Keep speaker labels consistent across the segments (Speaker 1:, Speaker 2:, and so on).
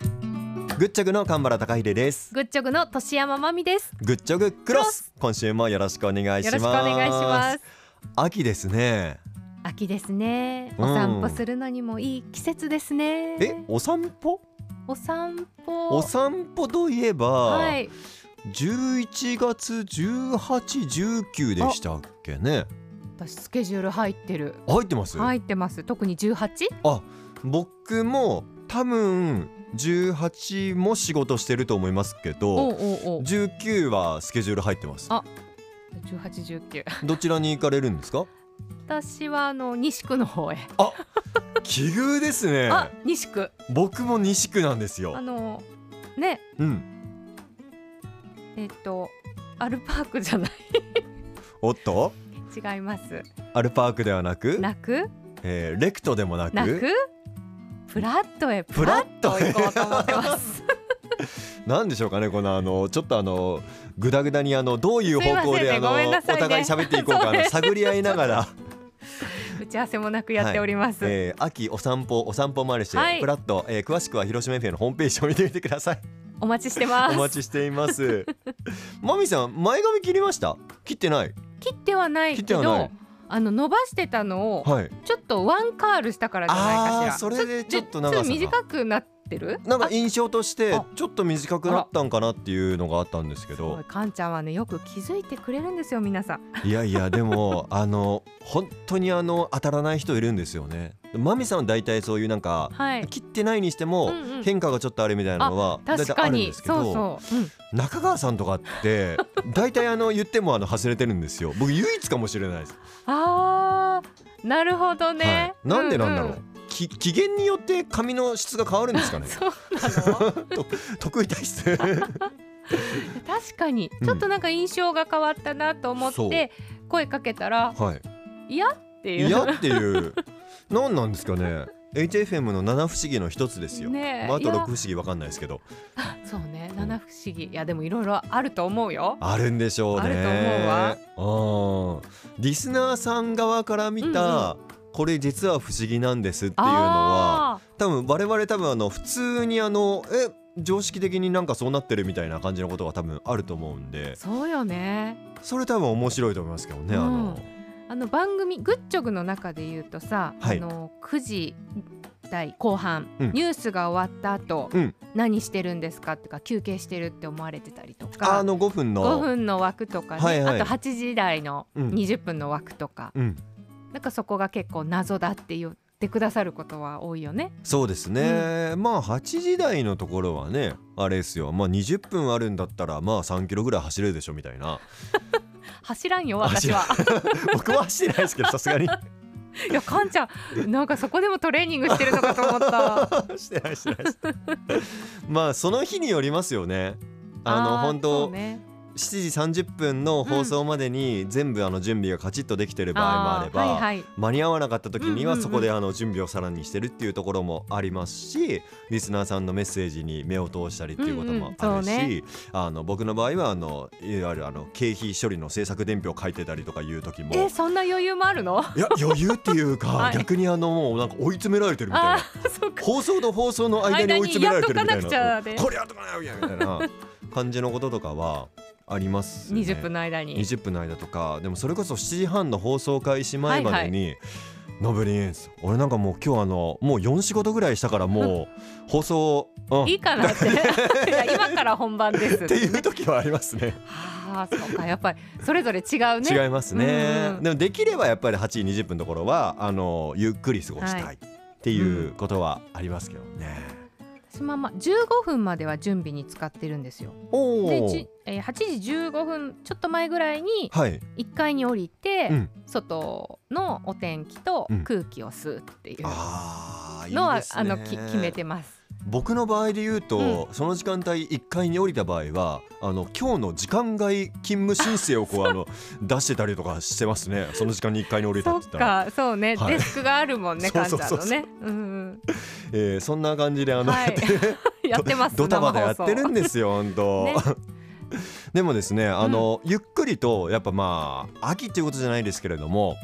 Speaker 1: グッチョグの神原孝秀です
Speaker 2: グッチョグの年山まみです。
Speaker 1: グッチョグクロス今週もよろしくお願いします
Speaker 2: よろしくお願いします。
Speaker 1: 秋ですね
Speaker 2: 秋ですね。
Speaker 1: うん
Speaker 2: お散歩するのにもいい季節ですね。
Speaker 1: えお散歩
Speaker 2: お散歩。
Speaker 1: お散歩といえば、
Speaker 2: はい。
Speaker 1: 11月18、19でしたっけね
Speaker 2: 私スケジュール入ってる。
Speaker 1: 入ってます、
Speaker 2: 入ってます。特に18。
Speaker 1: 僕も多分18も仕事してると思いますけ
Speaker 2: お
Speaker 1: ど
Speaker 2: うおうおう。
Speaker 1: 19はスケジュール入ってます
Speaker 2: あ18、19。
Speaker 1: どちらに行かれるんです か
Speaker 2: 私はあの西区の方へ。
Speaker 1: 奇遇ですね
Speaker 2: あ、西区。
Speaker 1: 僕も西区なんです
Speaker 2: あ
Speaker 1: よ
Speaker 2: のね、
Speaker 1: うん
Speaker 2: えっとアルパークじゃない。
Speaker 1: おっと
Speaker 2: 違います。
Speaker 1: アルパークではなく
Speaker 2: なく
Speaker 1: えーレクトでもなく
Speaker 2: なく。プラットへ
Speaker 1: プ
Speaker 2: プラ
Speaker 1: ラ
Speaker 2: ッ
Speaker 1: ッ
Speaker 2: と
Speaker 1: と
Speaker 2: 行こうと思ってます。
Speaker 1: なんでしょうかねこのあのちょっとあのグダグダにあのどういう方向で、
Speaker 2: す
Speaker 1: あ
Speaker 2: いませんねご
Speaker 1: の
Speaker 2: めんなさいね
Speaker 1: お互い喋っていこうかあの
Speaker 2: そうです
Speaker 1: 探り合いながら、
Speaker 2: 打ち合わせもなくやっております。
Speaker 1: えー秋お散歩お散歩もあるし、
Speaker 2: はい
Speaker 1: プラッと、えー詳しくは広島 FM のホームページを見てみてください
Speaker 2: お待ちしてま
Speaker 1: お
Speaker 2: す。
Speaker 1: 待ちしています マミさん前髪切りました切ってない
Speaker 2: 切ってはないけ
Speaker 1: 切ってはな
Speaker 2: ど
Speaker 1: い、
Speaker 2: あの伸ばしてたのを
Speaker 1: はい
Speaker 2: ちょっとワンカールしたからじゃないかし
Speaker 1: あ
Speaker 2: ら。
Speaker 1: ーそれでちょっと長さ
Speaker 2: ちょっと
Speaker 1: が
Speaker 2: 短くなってる。
Speaker 1: なんか印象として
Speaker 2: あ
Speaker 1: ちょっと短くなったんかなっていうのがあったんですけ
Speaker 2: お
Speaker 1: ど
Speaker 2: いかんちゃんはねよく気づいてくれるんですよ皆さん。
Speaker 1: いやいやでもあの本当にあの当たらない人いるんですよねマミさんは大体そういうなんか
Speaker 2: はい。
Speaker 1: 切ってないにしても
Speaker 2: うんうん
Speaker 1: 変化がちょっとあるみたいなのは大
Speaker 2: 確
Speaker 1: 体
Speaker 2: か
Speaker 1: あるん
Speaker 2: に
Speaker 1: ですけど、
Speaker 2: そうそう、うん
Speaker 1: 中川さんとかって 大体あの言ってもあの外れてるんですよ僕唯一かもしれないです、
Speaker 2: あーなるほどね、
Speaker 1: はい、なんでなんだろう、
Speaker 2: う
Speaker 1: き期限によって髪の質が変わるんですかね
Speaker 2: そうなの
Speaker 1: 得意体 質
Speaker 2: 確かに
Speaker 1: うん
Speaker 2: ちょっとなんか印象が変わったなと思って声かけたら
Speaker 1: はい
Speaker 2: っていう
Speaker 1: 嫌っていう何なんですかね HFM の七不思議の一つですよ、
Speaker 2: ねえ
Speaker 1: まあ、あ
Speaker 2: い
Speaker 1: と
Speaker 2: や
Speaker 1: 六不思議わかんないですけど
Speaker 2: そうね七不思議いやでもいろいろあると思うよ
Speaker 1: あるんでしょうね
Speaker 2: あると
Speaker 1: 思うわリスナーさん側から見た、これ実は不思議なんですっていうのは
Speaker 2: あ
Speaker 1: 多分我々多分あの普通にあのえ常識的になんかそうなってるみたいな感じのことが多分あると思うんで
Speaker 2: ーそうよね
Speaker 1: それ多分面白いと思いますけどね、あの
Speaker 2: あの番組グッチョグの中で言うとさ、
Speaker 1: はい
Speaker 2: あの9時台後半、
Speaker 1: うん
Speaker 2: ニュースが終わった後、
Speaker 1: うん
Speaker 2: 何してるんですかとか休憩してるって思われてたりとか
Speaker 1: あの5分の
Speaker 2: 5分の枠とかね、
Speaker 1: はいはい
Speaker 2: あと8時台の
Speaker 1: うん
Speaker 2: 20分の枠とか、
Speaker 1: うん
Speaker 2: なんかそこが結構謎だって言ってくださることは多いよね。
Speaker 1: そうですね、まあ8時台のところはねあれですよまあ20分あるんだったらまあ3キロぐらい走れるでしょみたいな
Speaker 2: 走らんよ私は。
Speaker 1: 僕は走ってないですけどさすがに
Speaker 2: いやかんちゃんなんかそこでもトレーニングしてるのかと思った。
Speaker 1: してないしてないですまあその日によりますよねあの
Speaker 2: ー
Speaker 1: 本
Speaker 2: そ
Speaker 1: 当
Speaker 2: うね
Speaker 1: 7時30分の放送までに全部あの準備がカチッとできてる場合もあれば
Speaker 2: ーはいはい、
Speaker 1: 間に合わなかった時に
Speaker 2: う
Speaker 1: は
Speaker 2: んうんう
Speaker 1: そ
Speaker 2: ん
Speaker 1: こであの準備をさらにしてるっていうところもありますしリスナーさんのメッセージに目を通したりっていうこと
Speaker 2: うんう
Speaker 1: も
Speaker 2: ん
Speaker 1: あるし、
Speaker 2: そうね
Speaker 1: あの僕の場合はあのいわゆるあの経費処理の政策伝票を書いてたりとかいう時も
Speaker 2: えそんな余裕もあるの
Speaker 1: いや余裕っていうか、
Speaker 2: はい
Speaker 1: 逆にあのもうなんか追い詰められてるみたい
Speaker 2: あ
Speaker 1: な
Speaker 2: ーそっか
Speaker 1: 放送と放送の間に追い詰められてるみたいな
Speaker 2: 間にやっとかなくちゃね
Speaker 1: これやっとかなきゃみたい な感じのこととかはありますね。
Speaker 2: 20分の間に
Speaker 1: 20分の間とかでもそれこそ7時半の放送開始前までに「のぶりんす俺なんかもう今日あのもう4仕事ぐらいしたからもう放送、うん、
Speaker 2: いいか なっていや今から本番です
Speaker 1: っていう時はありますね
Speaker 2: はあそうかやっぱりそれぞれ違うね
Speaker 1: 違いますね、
Speaker 2: うんうん
Speaker 1: でもできればやっぱり8時20分のところはあのゆっくり過ごしたい、
Speaker 2: は
Speaker 1: っていうことはありますけどね。
Speaker 2: 私もまあ15分までは準備に使ってるんですよ
Speaker 1: お
Speaker 2: で、
Speaker 1: ー
Speaker 2: じえー、8時15分ちょっと前ぐらいに
Speaker 1: はい、
Speaker 2: 1階に降りて、
Speaker 1: うん
Speaker 2: 外のお天気と
Speaker 1: うん
Speaker 2: 空気を吸うっていう
Speaker 1: あーいい
Speaker 2: のは、
Speaker 1: ですね
Speaker 2: あのき決めてます
Speaker 1: 僕の場合で言うと、その時間帯1階に降りた場合はあの今日の時間外勤務申請 をこうあの出してたりとかしてますねその時間に1階に降りた
Speaker 2: そ
Speaker 1: っ
Speaker 2: って
Speaker 1: 言ったら
Speaker 2: かそうね、
Speaker 1: はい
Speaker 2: デスクがあるもんね
Speaker 1: そう
Speaker 2: かんち
Speaker 1: そう
Speaker 2: ゃん
Speaker 1: そう
Speaker 2: の
Speaker 1: そう
Speaker 2: ねうんうん
Speaker 1: そ,、えーそんな感じであの、
Speaker 2: はい やってます
Speaker 1: ドタバタやっ
Speaker 2: 生放
Speaker 1: て
Speaker 2: 送
Speaker 1: るんですよ本当、
Speaker 2: ね
Speaker 1: でもですねあの、ゆっくりとやっぱまあ秋っていうことじゃないですけれども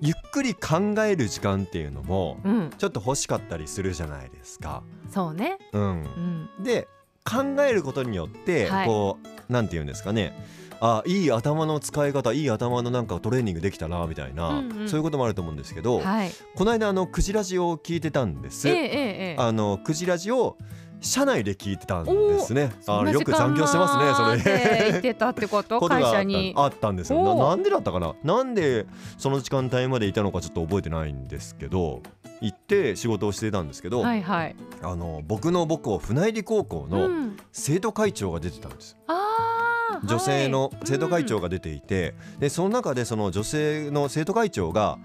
Speaker 1: ゆっくり考える時間っていうのも
Speaker 2: うん
Speaker 1: ちょっと欲しかったりするじゃないですか。
Speaker 2: そうね
Speaker 1: うん
Speaker 2: う、ん
Speaker 1: で考えることによって、
Speaker 2: はい
Speaker 1: こうなんて言うんですかねあいい頭の使い方いい頭のなんかトレーニングできたなみたいな、
Speaker 2: うんうん
Speaker 1: そういうこともあると思うんですけど、
Speaker 2: はい。
Speaker 1: この間あのクジラジを聞いてたんです、
Speaker 2: ええええええ。
Speaker 1: あのクジラジを車内で聞いてたんですねあのよく残業してますねそれ
Speaker 2: れ。言ってたってこ と
Speaker 1: ことがあっ
Speaker 2: 会
Speaker 1: た
Speaker 2: 社に。
Speaker 1: あったんですよな
Speaker 2: おう
Speaker 1: なんでだったかななんでその時間帯までいたのかちょっと覚えてないんですけど行って仕事をしてたんですけど、
Speaker 2: はいはい。
Speaker 1: あの僕の母校船入高校
Speaker 2: う
Speaker 1: の
Speaker 2: ん
Speaker 1: 生徒会長が出てたんです、
Speaker 2: ああ。
Speaker 1: 女性の生徒会長
Speaker 2: が。
Speaker 1: が出ていて、でその中でその女性の生徒会長が思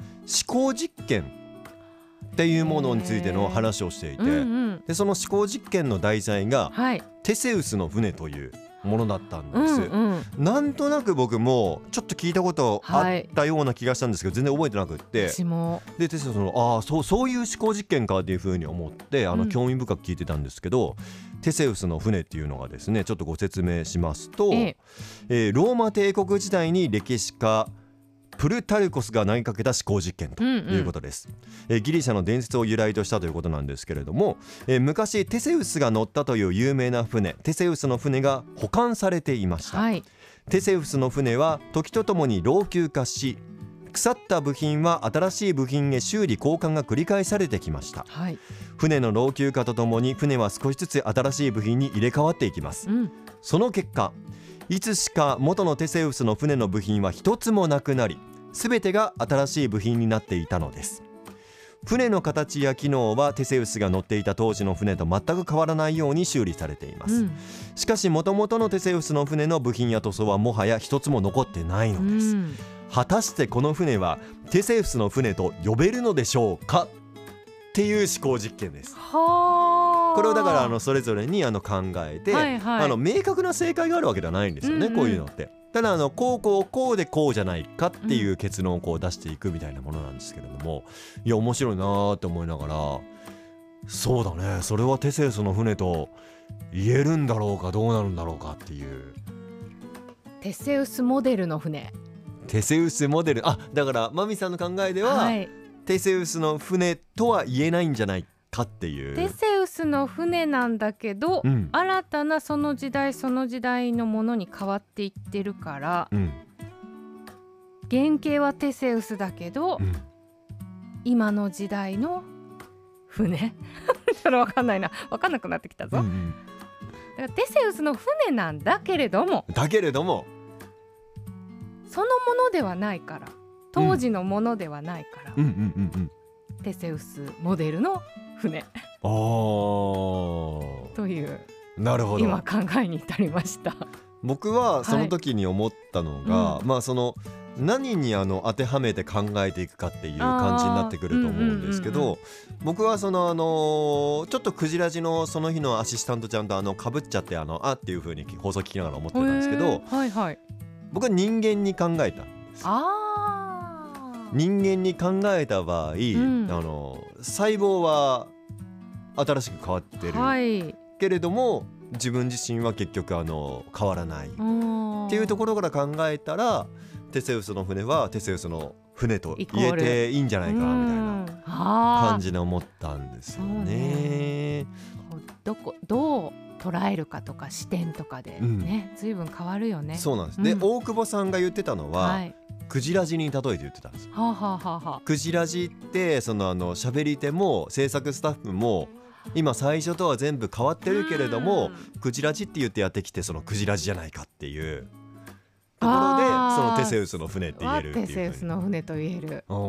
Speaker 1: 考実験っていうものについての話をしていて、
Speaker 2: うんうん。
Speaker 1: でその思考実験の題材が
Speaker 2: はい。
Speaker 1: テセウスの船というものだったん
Speaker 2: う
Speaker 1: です、
Speaker 2: んうん。
Speaker 1: なんとなく僕もちょっと聞いたことあったような気がしたんですけど全然覚えてなくって
Speaker 2: 私も。
Speaker 1: でテセウスのああそうそういう思考実験かっていうふうに思ってあ
Speaker 2: う
Speaker 1: の
Speaker 2: ん
Speaker 1: 興味深く聞いてたんですけど、テセウスの船っていうのがですねちょっとご説明しますと、
Speaker 2: ええ
Speaker 1: えーローマ帝国時代に歴史家プルタルコスが投げかけた思考実験と
Speaker 2: うんうん
Speaker 1: いうことです、えーギリシャの伝説を由来としたということなんですけれども、えー昔テセウスが乗ったという有名な船テセウスの船が保管されていました、
Speaker 2: はい。
Speaker 1: テセウスの船は時とともに老朽化し腐った部品は新しい部品へ修理交換が繰り返されてきました
Speaker 2: はい。
Speaker 1: 船の老朽化とともに船は少しずつ新しい部品に入れ替わっていきます
Speaker 2: うん。
Speaker 1: その結果いつしか元のテセウスの船の部品は一つもなくなり全てが新しい部品になっていたのです船の形や機能はテセウスが乗っていた当時の船と全く変わらないように修理されていま
Speaker 2: う
Speaker 1: す、
Speaker 2: ん。
Speaker 1: しかし元々のテセウスの船の部品や塗装はもはや一つも残ってないうのです、
Speaker 2: ん。
Speaker 1: 果たしてこの船はテセウスの船と呼べるのでしょうかっていう思考実験です
Speaker 2: はあ。
Speaker 1: これをだからあのそれぞれにあの考えて、
Speaker 2: はいはい
Speaker 1: あの明確な正解があるわけではないんですよね、
Speaker 2: うんうん
Speaker 1: こういうのってただあのこうこうこうでこうじゃないかっていう結論をこう出していくみたいなものなんですけれどもいや面白いなーって思いながらそうだねそれはテセウスの船と言えるんだろうかどうなるんだろうかっていう
Speaker 2: テセウスモデルの船。
Speaker 1: テセウスモデルあだからマミさんの考えでは、
Speaker 2: はい。
Speaker 1: テセウスの船とは言えないんじゃないかっていう。
Speaker 2: テセウスの船なんだけど、
Speaker 1: うん
Speaker 2: 新たなその時代その時代のものに変わっていってるから
Speaker 1: うん
Speaker 2: 原型はテセウスだけど、
Speaker 1: うん
Speaker 2: 今の時代の船 ちょっとわかんないなわかんなくなってきた
Speaker 1: うん
Speaker 2: ぞ、
Speaker 1: うん
Speaker 2: だからテセウスの船なんだけれども
Speaker 1: だけれども、
Speaker 2: そのものではないから当時のものではないから、
Speaker 1: うんうんうんうん、
Speaker 2: テセウスモデルの船
Speaker 1: あー
Speaker 2: という
Speaker 1: なるほ
Speaker 2: 今
Speaker 1: ど
Speaker 2: 考えに至りました。
Speaker 1: 僕はその時に思ったのが、
Speaker 2: はいう
Speaker 1: まあその何にあの当てはめて考えていくかっていう感じになってくると思うんですけど、
Speaker 2: あーうんうん
Speaker 1: 僕はそのあのーちょっとクジラジのその日のアシスタントちゃんとあのかぶっちゃってあのあっていう風に放送聞きながら思ってたんですけ
Speaker 2: へ
Speaker 1: ど
Speaker 2: ーはいはい。
Speaker 1: 僕は人間に考えた
Speaker 2: あー
Speaker 1: 人間に考えた場合、
Speaker 2: ん
Speaker 1: あの細胞は新しく変わってる、
Speaker 2: はい。
Speaker 1: けれども自分自身は結局あの変わらないっ
Speaker 2: って
Speaker 1: いうと
Speaker 2: こ
Speaker 1: ころから考えたらテセウスの船はテセウスの船と
Speaker 2: イコ
Speaker 1: 言
Speaker 2: ー
Speaker 1: え
Speaker 2: ル
Speaker 1: ていいんじゃないかなみたいな
Speaker 2: たいな感
Speaker 1: 感じで思ったんですよ
Speaker 2: そ
Speaker 1: ね
Speaker 2: うね。どこどう捉えるかとか視点とかで
Speaker 1: うん
Speaker 2: ね、ずいぶん変わるよね。
Speaker 1: そうなんです、で
Speaker 2: うん
Speaker 1: 大久保さんが言ってたのは、
Speaker 2: はい。
Speaker 1: クジラジに例えて言ってたんですよ。
Speaker 2: はあ、はあはあは
Speaker 1: クジラジってそのあの喋り手も制作スタッフも今最初とは全部変わっ
Speaker 2: あ、
Speaker 1: てるけれども
Speaker 2: うん、
Speaker 1: クジラジって言ってやってきてそのクジラジじゃないかっていうところで
Speaker 2: あー
Speaker 1: そのテセウスの船って言えるっていう
Speaker 2: テセウスの船と言え
Speaker 1: ふ
Speaker 2: る。
Speaker 1: うに
Speaker 2: う
Speaker 1: う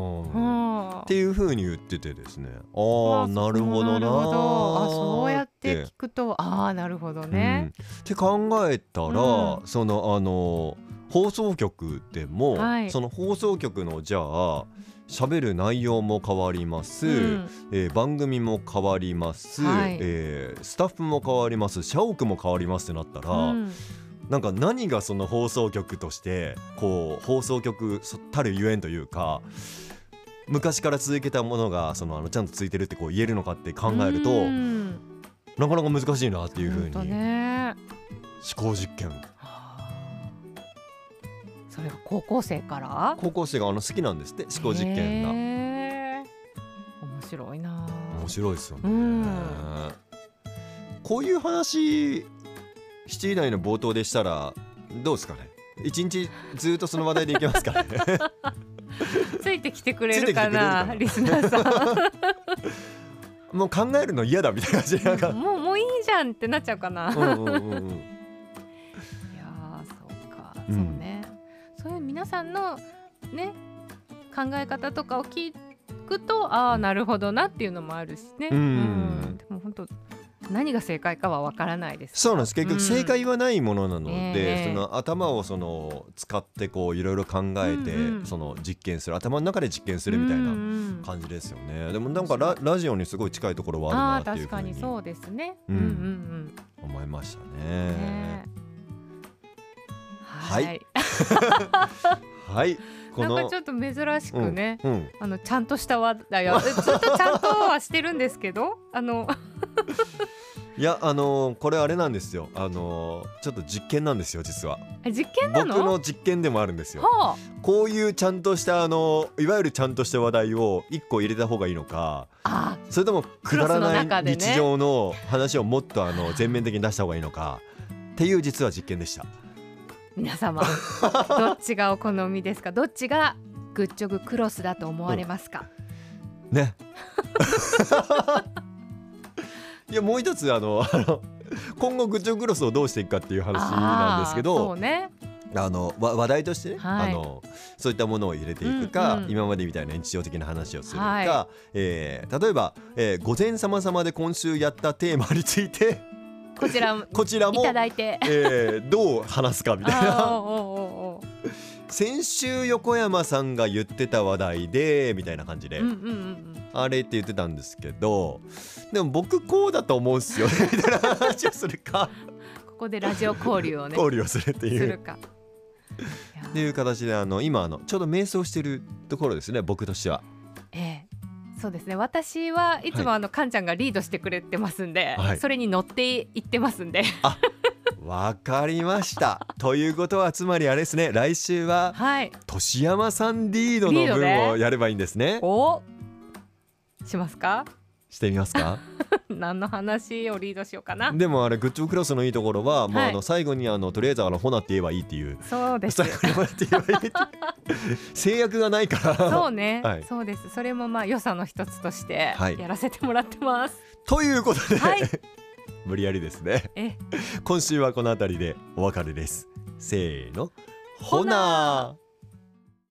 Speaker 1: んっ
Speaker 2: ん。
Speaker 1: ていうふうに言っててですねああ
Speaker 2: あ
Speaker 1: なるほどなー
Speaker 2: なるほどあそうやっ
Speaker 1: って
Speaker 2: 聞くとああなるほどね。
Speaker 1: うんって考えたら、
Speaker 2: うん
Speaker 1: そのあの放送局でも、
Speaker 2: はい
Speaker 1: その放送局のじゃあ喋る内容も変わります、
Speaker 2: うん
Speaker 1: えー番組も変わります、
Speaker 2: はい
Speaker 1: えースタッフも変わります社屋も変わりますってなったら、
Speaker 2: うん
Speaker 1: なんか何がその放送局としてこう放送局たるゆえんというか昔から続けたものがそのあのちゃんとついてるってこう言えるのかって考えると、
Speaker 2: うん
Speaker 1: なかなか難しいなっていうふう
Speaker 2: ほんと
Speaker 1: に思
Speaker 2: ね。
Speaker 1: 考実験
Speaker 2: はあそれが高校生から。
Speaker 1: 高校生があの好きなんですって思考実験が
Speaker 2: へー面白いなあ
Speaker 1: 面白いですよね、
Speaker 2: うん
Speaker 1: こういう話7時台の冒頭でしたらどうですかね一日ずっとその話題でいけます かね
Speaker 2: ついてきてくれるかな
Speaker 1: つい
Speaker 2: リスナーさ
Speaker 1: もう考えるの嫌だみたいな感じでなん
Speaker 2: ん
Speaker 1: か
Speaker 2: もうもういいじゃんってなっちゃうかな、
Speaker 1: う
Speaker 2: い
Speaker 1: んうんうんうん
Speaker 2: やーそうか、
Speaker 1: うん
Speaker 2: そうねそういう皆さんのね考え方とかを聞くとああなるほどなっていうのもあるしね
Speaker 1: うん
Speaker 2: でも本当何が正解かはわからないです
Speaker 1: そうなんです結
Speaker 2: うん
Speaker 1: 局正解はないものなの
Speaker 2: え
Speaker 1: で、そ
Speaker 2: え
Speaker 1: の頭をその使ってこういろいろ考えて、
Speaker 2: うんうん
Speaker 1: その実験する頭の中で実験するみたいな
Speaker 2: な
Speaker 1: 感じですよね、でもなんかララジオにすごい近いところは
Speaker 2: あ
Speaker 1: あ
Speaker 2: あ
Speaker 1: るなっていう
Speaker 2: 確
Speaker 1: ふう
Speaker 2: かに
Speaker 1: に
Speaker 2: そうですね。う
Speaker 1: うんん
Speaker 2: うんうん。
Speaker 1: 思いましたね
Speaker 2: ねは。
Speaker 1: はいはいこ
Speaker 2: なんか
Speaker 1: の
Speaker 2: ちょっと珍しくね、
Speaker 1: うんうん
Speaker 2: あのちゃんとした話題 はずっとちゃんとはしてるんですけど、あの
Speaker 1: いやあのーこれあれなんですよあのーちょっと実験なんですよ実は
Speaker 2: 実験な
Speaker 1: 僕
Speaker 2: の？
Speaker 1: の実験でもあるんですよ
Speaker 2: は
Speaker 1: こういうちゃんとしたあのーいわゆるちゃんとした話題を一個入れた方がいいのか
Speaker 2: あ。あ
Speaker 1: それともくだら
Speaker 2: クロスの中
Speaker 1: な
Speaker 2: で
Speaker 1: い
Speaker 2: ね
Speaker 1: 日常の話をもっとあの全面的に出した方がいいのかっていう実は実験でした。
Speaker 2: 皆様どっちがお好みですか？どっちがグッチョグクロスだと思われますか？
Speaker 1: ね。いやもう一つあのあの今後グッチョクロスをどうしていくかっていう話なんですけ
Speaker 2: あーそ
Speaker 1: ど
Speaker 2: うね。
Speaker 1: あのわ話題としてね、
Speaker 2: はい
Speaker 1: あのそういったものを入れていくか、
Speaker 2: うんうん
Speaker 1: 今までみたいな日常的な話をするか、
Speaker 2: は
Speaker 1: えー例えば、えー午前様様で今週やったテーマについて
Speaker 2: こちら
Speaker 1: こちら
Speaker 2: い
Speaker 1: も、
Speaker 2: ただいて。
Speaker 1: えーどう話すかみたい
Speaker 2: あ
Speaker 1: な
Speaker 2: ー。おうおうおうおう
Speaker 1: 先週横山さんが言ってた話題でみたいな感じで、
Speaker 2: うんうんうんうん。
Speaker 1: あれって言ってたんですけどでも僕こうだと思うんすよねみたいな話をするか
Speaker 2: ここでラジオ交流 をね。
Speaker 1: 交流をするって
Speaker 2: す
Speaker 1: い
Speaker 2: る
Speaker 1: う。
Speaker 2: か。
Speaker 1: っていう形であの今あのちょうど瞑想してるところですね僕としては。
Speaker 2: ええ、そうですね。私はいつもあの、カンちゃんがリードしてくれてますんで、
Speaker 1: はい
Speaker 2: それに乗っていってます んで、
Speaker 1: わかりました。ということはつまりあれですね来週は
Speaker 2: はい。
Speaker 1: 年山さんリード
Speaker 2: リー
Speaker 1: の
Speaker 2: ドね
Speaker 1: 分をやればいいんですね。
Speaker 2: お、しますか？
Speaker 1: してみますか
Speaker 2: 何の話をリードしようかな。
Speaker 1: でもあれグッジョブクロスのいいところは、もうあ
Speaker 2: はい
Speaker 1: の最後にあのとりあえずあのホナって言えばいいっていう
Speaker 2: そうです
Speaker 1: 最。後にもらって言えばいいって制約がないから
Speaker 2: そうね、
Speaker 1: はい
Speaker 2: そうです。それもまあ良さの一つとして
Speaker 1: はい
Speaker 2: やらせてもらってます。
Speaker 1: ということで、
Speaker 2: はい
Speaker 1: 無理やりですね
Speaker 2: え、
Speaker 1: 今週はこの辺りでお別れですせーのほ
Speaker 2: ほな
Speaker 1: なー